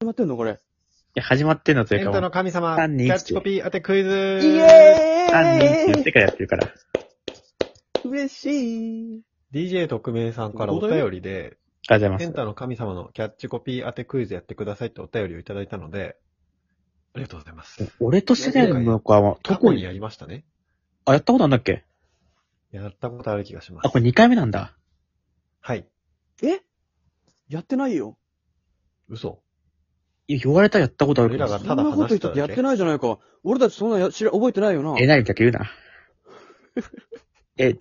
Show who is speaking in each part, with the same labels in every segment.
Speaker 1: まってんのこれ。
Speaker 2: や、始まってんのとい
Speaker 3: エ
Speaker 2: う
Speaker 3: ン
Speaker 2: か
Speaker 3: タ
Speaker 2: も
Speaker 3: の
Speaker 2: う、
Speaker 3: 神様、キ
Speaker 2: 三人
Speaker 3: ャッチコピー当てクイズイ
Speaker 1: イ
Speaker 3: エ
Speaker 2: 3人って言っ
Speaker 1: エー
Speaker 2: てからやってるから。
Speaker 1: イ嬉しい。
Speaker 3: ーイ !DJ 特命さんからお便りで、
Speaker 2: ありがとうござ
Speaker 3: エ
Speaker 2: い
Speaker 3: ン
Speaker 2: ます。
Speaker 3: タの神様のキャッチコピー当てクイズやってくださいってお便りをいただいたので、ありがとうございます。
Speaker 2: 俺と世代の子は、
Speaker 3: 過
Speaker 2: 特
Speaker 3: 去に
Speaker 2: に、
Speaker 3: やりましたね。
Speaker 2: あ、やったことあんだっけ
Speaker 3: やったことある気がします
Speaker 2: あ、。これ2回目なんだ。
Speaker 3: はい。
Speaker 1: えやってないよ。
Speaker 3: 嘘。
Speaker 2: いや、言われたらやったことあるけ
Speaker 3: 俺ら
Speaker 2: ど
Speaker 3: が。
Speaker 1: そ
Speaker 3: た
Speaker 1: ん
Speaker 3: だ
Speaker 1: な
Speaker 3: 話
Speaker 1: こと言っ
Speaker 3: し
Speaker 1: て
Speaker 3: ただけ
Speaker 1: やってないじゃないか。俺たちそんなや知ら覚えてないよな。
Speaker 2: え、なにだけ言うな。え、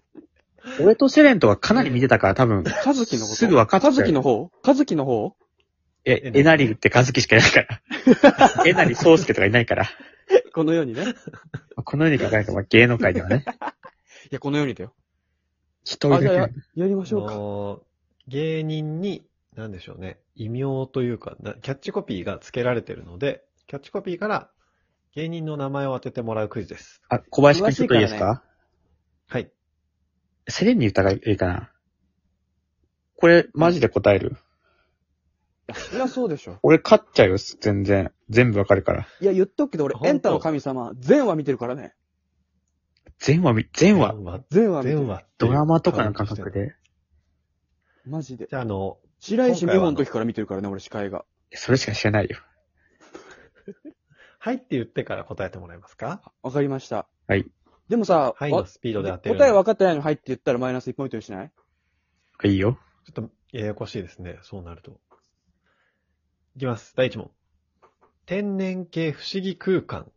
Speaker 2: 俺とセレンとはかなり見てたから多分、
Speaker 1: カズキのこと。
Speaker 2: すぐ分かっち
Speaker 1: カ
Speaker 2: ゃう
Speaker 1: ズキの方カズキの方
Speaker 2: え、えなりってカズキしかいないから。えなりそうすけとかいないから。
Speaker 1: このようにね。い
Speaker 2: この世に書かないと、まあ芸能界ではね。
Speaker 1: や、このようにだよ。
Speaker 2: 一人だ
Speaker 1: あ、
Speaker 2: け
Speaker 1: じゃあ
Speaker 2: な
Speaker 1: や
Speaker 2: んだ。
Speaker 1: やりまし
Speaker 3: あ
Speaker 1: ょうか。
Speaker 3: の芸人に、なんでしょうね、異名というか、なキャッチコピーが付けられてるので、キャッチコピーから芸人の名前を当ててもらうクイズです。
Speaker 2: あ、小林くんちょっといいです
Speaker 1: 詳しいから
Speaker 2: か
Speaker 3: はい。
Speaker 2: セレンに言ったらいいかな。これ、マジで答える
Speaker 1: そりゃそうでしょ。
Speaker 2: 俺勝っちゃうよ、全然。全部わかるから。
Speaker 1: いや、言っとくけど俺、
Speaker 3: 本当
Speaker 1: エンタの神様、全話見てるからね。
Speaker 2: 全話見、全話、
Speaker 3: 話。
Speaker 1: 全話見て
Speaker 3: 電
Speaker 1: る。
Speaker 3: 話。
Speaker 2: ドラマとかの感覚。で。
Speaker 1: マジで。
Speaker 3: じゃあ、あの、
Speaker 1: 白石美
Speaker 3: 今回は
Speaker 1: 穂の時から見てるからね、俺司会が。
Speaker 2: それしか知らないよ。
Speaker 3: はいって言ってから答えてもらえますか
Speaker 1: わかりました。
Speaker 2: はい。
Speaker 1: でもさ、
Speaker 3: はい
Speaker 1: わ
Speaker 3: のスピードで当てる。
Speaker 1: 答え分
Speaker 3: は。
Speaker 1: かってないの入って言ったらマイナス1ポイントにしない
Speaker 2: いいよ。
Speaker 3: ちょっと、ややこしいですね。そうなると。いきます。第1問。天然系不思議空間。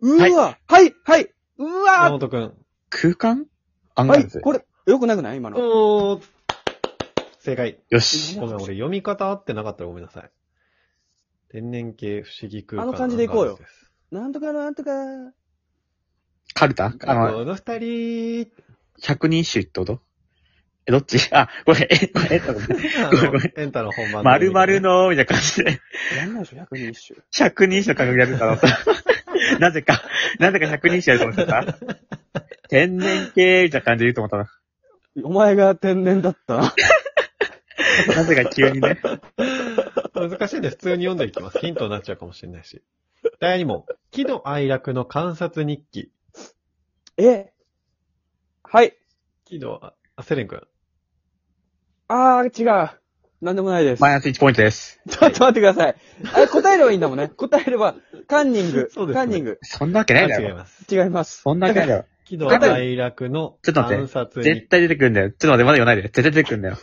Speaker 1: うーわはいはいうん
Speaker 3: 山
Speaker 1: わ
Speaker 3: 本くん。
Speaker 2: 空間アンガ
Speaker 1: は
Speaker 2: ー
Speaker 1: い
Speaker 2: ルズ。
Speaker 1: これ、よくなくない今の。
Speaker 3: おー。正解。
Speaker 2: よし。
Speaker 3: ごめん、俺読み方合ってなかったらごめんなさい。天然系不思議空間。
Speaker 1: あの感じでいこうよ
Speaker 3: アンガールズです。
Speaker 1: なんとかなんとか。
Speaker 2: カルタあの、
Speaker 3: この 二人。
Speaker 2: 百人種ってことえ、どっち あ、ごめん、え、 ごめん、えっとごめん。
Speaker 3: あ
Speaker 2: ごめん
Speaker 3: の
Speaker 2: ごめん
Speaker 3: エンタの本番
Speaker 2: まるまる。の、みたいな感じで、
Speaker 1: やんないでしょ、百人一首。
Speaker 2: 百人種の感覚でやるからさ。 なぜか、なぜか百人種やると思ってた。天然系、みたいな感じで言うと思ったな。
Speaker 1: お前が天然だった。
Speaker 2: なぜか急にね。
Speaker 3: 難しいんで普通に読んでいきます。ヒントになっちゃうかもしれないし。第2問。喜怒哀楽の観察日記。
Speaker 1: えはい。
Speaker 3: 喜怒、ああ、セレン君。
Speaker 1: あー、違う。なんでもないです。
Speaker 2: マイナス1ポイントです。
Speaker 1: ちょっと待ってください。あれ、答えればいいんだもんね。答えれば、カンニング。
Speaker 3: そうですね
Speaker 1: カンニング。
Speaker 2: そんなわけ
Speaker 3: あ
Speaker 2: ないだ
Speaker 3: 違い
Speaker 2: ろ。
Speaker 3: ます。
Speaker 1: 違います。
Speaker 2: そんなわけないだろ。
Speaker 3: 喜怒哀楽の
Speaker 2: ちょっと待って
Speaker 3: 観察日
Speaker 2: 絶
Speaker 3: 記。
Speaker 2: 対出てくるんだよ。ちょっと待って、まだ言わないで。絶対出てくるんだよ。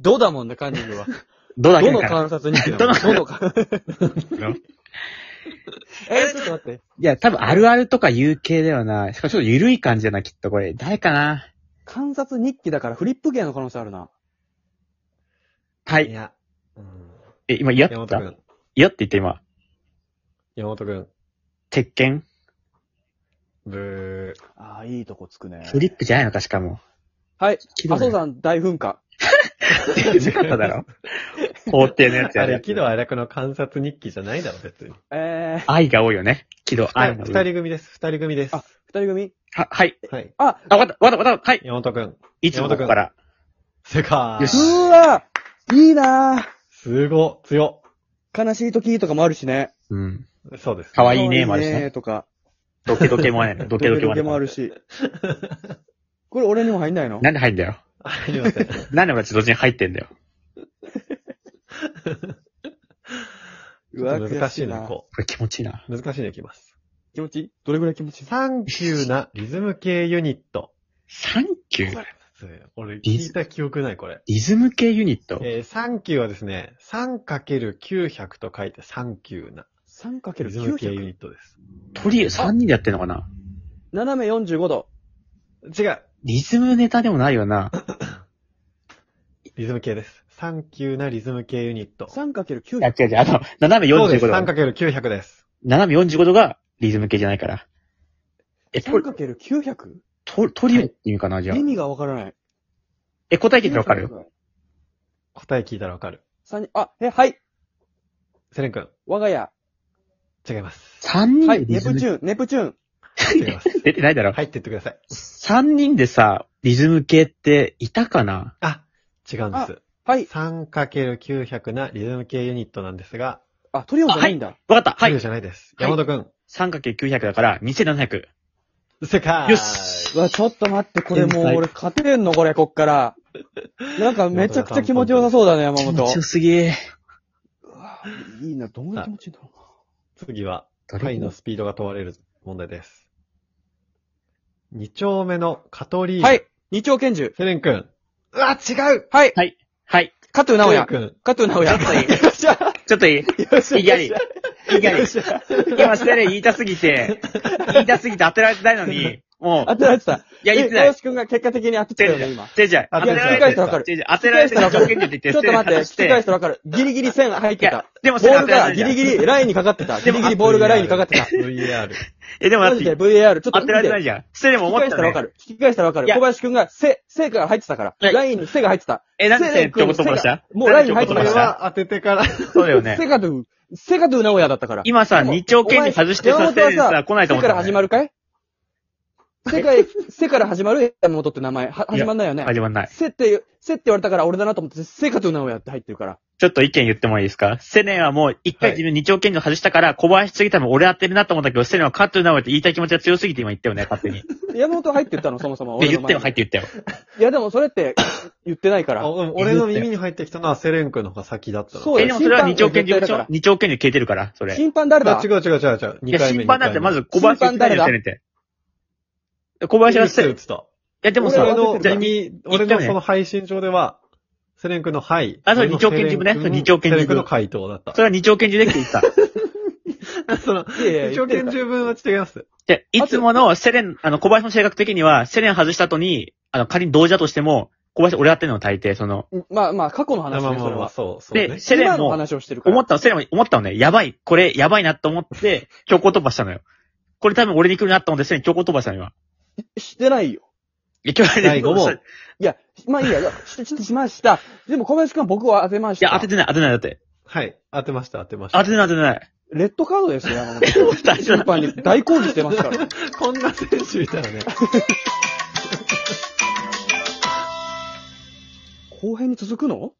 Speaker 1: どだもんね、カンニングは。
Speaker 2: どうだっけ
Speaker 1: ど
Speaker 2: だ
Speaker 1: の
Speaker 2: から
Speaker 1: 観察に
Speaker 2: どの
Speaker 1: どの観察
Speaker 2: い
Speaker 1: え、ちょっと待って。
Speaker 2: や、多分あるあるとか有形だよな。しかもちょっと緩い感じだな、きっとこれ。誰かな
Speaker 1: 観察日記だからフリップ芸の可能性あるな。
Speaker 2: はいい。
Speaker 3: や。うん
Speaker 2: え、今、嫌って
Speaker 3: 山本
Speaker 2: 言った
Speaker 3: 君。
Speaker 2: 嫌って言った今。
Speaker 3: 山本君。
Speaker 2: 鉄拳
Speaker 3: ブ
Speaker 1: ああ、いいとこつくね。
Speaker 2: フリップじゃないのか、しかも。
Speaker 1: はい。
Speaker 2: 喜怒
Speaker 1: 阿
Speaker 2: 哀
Speaker 1: 蘇
Speaker 2: 楽
Speaker 1: 山大噴火。
Speaker 2: なかっただろ。法廷のやつ
Speaker 3: ー。あ
Speaker 2: や
Speaker 3: れ、
Speaker 2: る。
Speaker 3: 喜怒哀楽の観察日記じゃないだろ、別に。
Speaker 1: えー、
Speaker 2: 愛が多いよね。喜怒
Speaker 3: は
Speaker 2: 愛
Speaker 3: い。
Speaker 2: の
Speaker 3: 二人組です。二人組です。
Speaker 1: あ二人組
Speaker 2: は、はい。
Speaker 3: はい。
Speaker 1: あ、
Speaker 2: あ、わかった、わかった、わかった。はい。
Speaker 3: 山本君。
Speaker 2: いつもここから。
Speaker 3: 正解。
Speaker 2: よ
Speaker 1: う
Speaker 2: し
Speaker 1: ーわいいなー
Speaker 3: すご、強。
Speaker 1: 悲しい時とかもあるしね。
Speaker 2: うん。
Speaker 3: そうです。
Speaker 2: かわ
Speaker 1: い
Speaker 2: いいね、もあるし
Speaker 1: ね
Speaker 2: ね。
Speaker 1: ーとか、
Speaker 2: ドケドケもあるね。
Speaker 1: ド
Speaker 2: ドケ
Speaker 1: キ
Speaker 2: ド
Speaker 1: ド
Speaker 2: ケ
Speaker 1: キ
Speaker 2: も
Speaker 1: も
Speaker 2: あ
Speaker 1: あ
Speaker 2: る。
Speaker 1: るし。これ俺にも入んないの
Speaker 2: なんで入んだよ。
Speaker 3: ありま せん。
Speaker 2: なんで俺たち同時に入ってんだよ。
Speaker 1: うわ
Speaker 3: 難しい
Speaker 1: 悔
Speaker 3: な、
Speaker 1: な
Speaker 3: こ
Speaker 2: これ気持ちいいな。
Speaker 3: う。難しいのいきます。
Speaker 1: 気持ちいいどれぐらい気持ちいい
Speaker 3: サンキューなリズム系ユニット。
Speaker 2: サンキュー。
Speaker 3: 俺聞いた記憶ない、これ。
Speaker 2: リズム系ユニット。
Speaker 3: えー、サンキューはですね、3×900 と書いてサンキューな
Speaker 1: ?3×900
Speaker 3: リズム系ユニットで
Speaker 2: とりあえず3人でやってんのかな
Speaker 1: 斜め45度。
Speaker 3: す。違う
Speaker 2: リズムネタでもないよな。
Speaker 3: リズム系です。サンキューなリズム系ユニット。そう
Speaker 1: 3×900
Speaker 2: いや、違う違う。あの、斜め
Speaker 3: で
Speaker 2: 45
Speaker 3: す。
Speaker 2: 度。
Speaker 3: 3×900 です。
Speaker 2: 斜め45度がリズム系じゃないから。え、と、
Speaker 1: 3×900?
Speaker 2: と、トリオっていうかな、じゃあ
Speaker 1: 意。味がわからない。
Speaker 2: え、答え聞いてわかる
Speaker 3: 答え聞いたらわかる。
Speaker 1: 三人あ、え、はい。
Speaker 3: セレン君、
Speaker 1: 我が家。
Speaker 3: 違います。
Speaker 2: ?3 人
Speaker 1: は
Speaker 2: で
Speaker 1: い。
Speaker 2: リ
Speaker 1: ネ
Speaker 2: ズム
Speaker 1: プチューン、ネプチューン。
Speaker 3: 違います。
Speaker 2: 出てないだろ。
Speaker 3: はいって言ってください。
Speaker 2: 3人でさ、リズム系っていたかな
Speaker 3: あ、違うんです。
Speaker 1: はい。
Speaker 3: 3×900 なリズム系ユニットなんですが、
Speaker 1: あ、トリオンじゃないんだ。
Speaker 2: わかった。は
Speaker 3: トリオ
Speaker 2: い。
Speaker 3: じゃないです。
Speaker 2: はい
Speaker 3: 山田くん。
Speaker 2: 3×900 だから、2700。
Speaker 3: 世界
Speaker 2: よし
Speaker 1: うわ、ちょっと待って、これもう俺勝てるのこれ、こっから。なんかめちゃくちゃ気持ちよさそうだね、山
Speaker 2: 気持ち
Speaker 1: 本
Speaker 2: よ。すげえ。
Speaker 1: いいな、どんな気持ちいいんだろうな。
Speaker 3: 次は、
Speaker 2: ど
Speaker 3: 貝のスピードが問われる問題です。二丁目のカトリーヌ。
Speaker 1: はい。二丁拳銃。
Speaker 3: セレンくん。うわ、違う
Speaker 1: はい。
Speaker 2: はい。はい。
Speaker 1: 加藤直
Speaker 3: セレ
Speaker 1: 哉。
Speaker 3: ンくん。
Speaker 1: 加藤直哉。よっしゃ
Speaker 2: ちょっといいい
Speaker 3: よし
Speaker 2: きなり。いきなり。今、セレン言いたすぎて、言いたすぎて当てられてないのに、も
Speaker 1: 当てられてた。
Speaker 2: う、いや、言ってな
Speaker 1: え
Speaker 2: い
Speaker 1: よ。し君が結果的に当ててたよね、今。
Speaker 2: じゃあじゃあ、
Speaker 3: 当
Speaker 2: 当
Speaker 1: いや、
Speaker 2: て
Speaker 1: 聞
Speaker 3: ら
Speaker 2: ら
Speaker 1: き
Speaker 3: れ
Speaker 2: れ
Speaker 1: 返
Speaker 2: て
Speaker 1: したらわか
Speaker 2: ち
Speaker 1: る。
Speaker 2: ょいちょい当てられてる条件でって言って、
Speaker 1: ちょっと待 って、
Speaker 2: 外
Speaker 1: 聞き返
Speaker 2: し。
Speaker 1: したらわかる。ギリギリ線入って
Speaker 2: い
Speaker 1: て
Speaker 2: や
Speaker 1: た。、
Speaker 2: でも
Speaker 1: ボ
Speaker 2: セレ
Speaker 1: ー
Speaker 2: ン
Speaker 1: ル
Speaker 2: 当てら
Speaker 1: が
Speaker 2: れて
Speaker 1: ギ
Speaker 2: ない
Speaker 1: リ
Speaker 2: じ
Speaker 1: ギリラインにかかってた。ギ
Speaker 2: でも
Speaker 1: リギリボールがラインにかかってた。
Speaker 3: VR。
Speaker 2: ゃん。え、でも
Speaker 1: マ
Speaker 2: 待っ
Speaker 1: ジ
Speaker 2: てい
Speaker 1: で
Speaker 2: い、
Speaker 1: VAR、ちょっと
Speaker 2: 当てられてない
Speaker 1: い。
Speaker 2: じゃん。セレンも
Speaker 1: 聞き
Speaker 2: 思っ
Speaker 1: 返したたらわ
Speaker 2: ね
Speaker 1: か。る。聞き返したらわかる。
Speaker 2: いや
Speaker 1: 小林君が、せ、せから入ってたから。
Speaker 2: はい
Speaker 1: ラインにせが入ってた。
Speaker 2: え、なんでセレンってことました
Speaker 1: もうラインに入っ
Speaker 3: こ
Speaker 1: てまし。
Speaker 3: れ
Speaker 2: なんでセレンって思った
Speaker 3: は当ててから。
Speaker 2: そうだよね
Speaker 1: セ。ガドゥ、セガドゥ名古屋だったから。
Speaker 2: 今さ、
Speaker 1: でも
Speaker 2: 二丁拳に外して
Speaker 1: お前
Speaker 2: さ、セレン
Speaker 1: 山本は
Speaker 2: さ、来ないと
Speaker 1: 世
Speaker 2: 思っ
Speaker 1: か
Speaker 2: た
Speaker 1: ら
Speaker 2: のね。
Speaker 1: 始まるかい世界、世から始まる山本って名前、は始まんないよね。
Speaker 2: 始まんない。
Speaker 1: せって、せって言われたから俺だなと思って、せかとうなおやって入ってるから。
Speaker 2: ちょっと意見言ってもいいですかセレンはもう一回
Speaker 3: はい
Speaker 2: 自分二丁拳に外したから、小林次多分俺当てるなと思ったけど、セレンはカットなおって言いたい気持ちが強すぎて今言ったよね、勝手に。
Speaker 1: 山本入って言ったの、そもそも。
Speaker 2: で
Speaker 1: 俺の
Speaker 2: 言
Speaker 1: 前
Speaker 2: った
Speaker 1: に
Speaker 2: よ、入って言ったよ。
Speaker 1: いや、でもそれって言ってないか
Speaker 3: あ
Speaker 1: ら。
Speaker 3: うん俺の耳に入ってきたのはセレンくんの方が先だったの。
Speaker 1: そうだ
Speaker 2: え、
Speaker 1: よ
Speaker 2: でもそれは二丁拳
Speaker 1: 審判
Speaker 2: 銃
Speaker 1: は絶対だから
Speaker 2: 二丁拳銃消えてるから、それ。い
Speaker 1: 審判誰だ
Speaker 3: あ違う違う違う違う。2
Speaker 2: や、
Speaker 3: 回目
Speaker 2: 審判なんてま、ず小
Speaker 1: 二
Speaker 2: 林
Speaker 1: 回目
Speaker 2: 打たれてよ、セレンって。小林は
Speaker 3: 打
Speaker 2: セレン。い
Speaker 3: つと。
Speaker 2: や、でも
Speaker 1: そ
Speaker 2: さ
Speaker 1: う
Speaker 3: 俺、
Speaker 1: は
Speaker 3: の
Speaker 1: 当ててる
Speaker 3: 耳、
Speaker 2: 回目
Speaker 3: 俺のその配信上では、セレンくんのはい。
Speaker 2: あそう
Speaker 3: 俺の
Speaker 2: 二丁拳自分ね
Speaker 3: セレン君
Speaker 2: 二丁拳
Speaker 3: セ
Speaker 2: 自分
Speaker 3: レンくんの回答だった
Speaker 2: そ。れは二丁拳銃でって言ってた。
Speaker 3: その、
Speaker 1: いやいや言ってる
Speaker 3: 二丁拳
Speaker 1: から
Speaker 3: 十分は違います。
Speaker 2: で、いつものセレン、あの、小林の性格的には、セレン外した後に、あの、仮に同時だとしても、小林俺当てるの大抵、その、
Speaker 1: まあまあ、過去の
Speaker 3: まあ
Speaker 1: 話
Speaker 3: まあ
Speaker 1: ね、
Speaker 3: ま
Speaker 1: そ
Speaker 3: あ
Speaker 1: れ
Speaker 3: まあ、
Speaker 1: は。
Speaker 3: そう、そうね
Speaker 2: で、。セレ
Speaker 1: 今
Speaker 2: ン
Speaker 1: の
Speaker 2: も、
Speaker 1: 話をしてるから。
Speaker 2: 思ったの、セレンも思ったのね、やばい、これ、やばいなと思って、強行突破したのよ。これ多分俺に来るなと思って、セレン強行突破したの今。
Speaker 1: してないよ。
Speaker 2: いや、今日
Speaker 3: 第五問。
Speaker 2: い
Speaker 1: いや、まあいいや、し、し、しました。でも小林くんは僕は当てました。
Speaker 2: や、当ててない、当ててない、だって。
Speaker 3: はい。当てました、当てまし
Speaker 2: 当
Speaker 3: た
Speaker 2: て。てない、当ててない。
Speaker 1: レッドカードですよ、山本。
Speaker 2: 大丈
Speaker 1: 審
Speaker 2: 夫。
Speaker 1: 判に大抗議してますから。
Speaker 3: こんな選手いたらね。
Speaker 1: 後編に続くの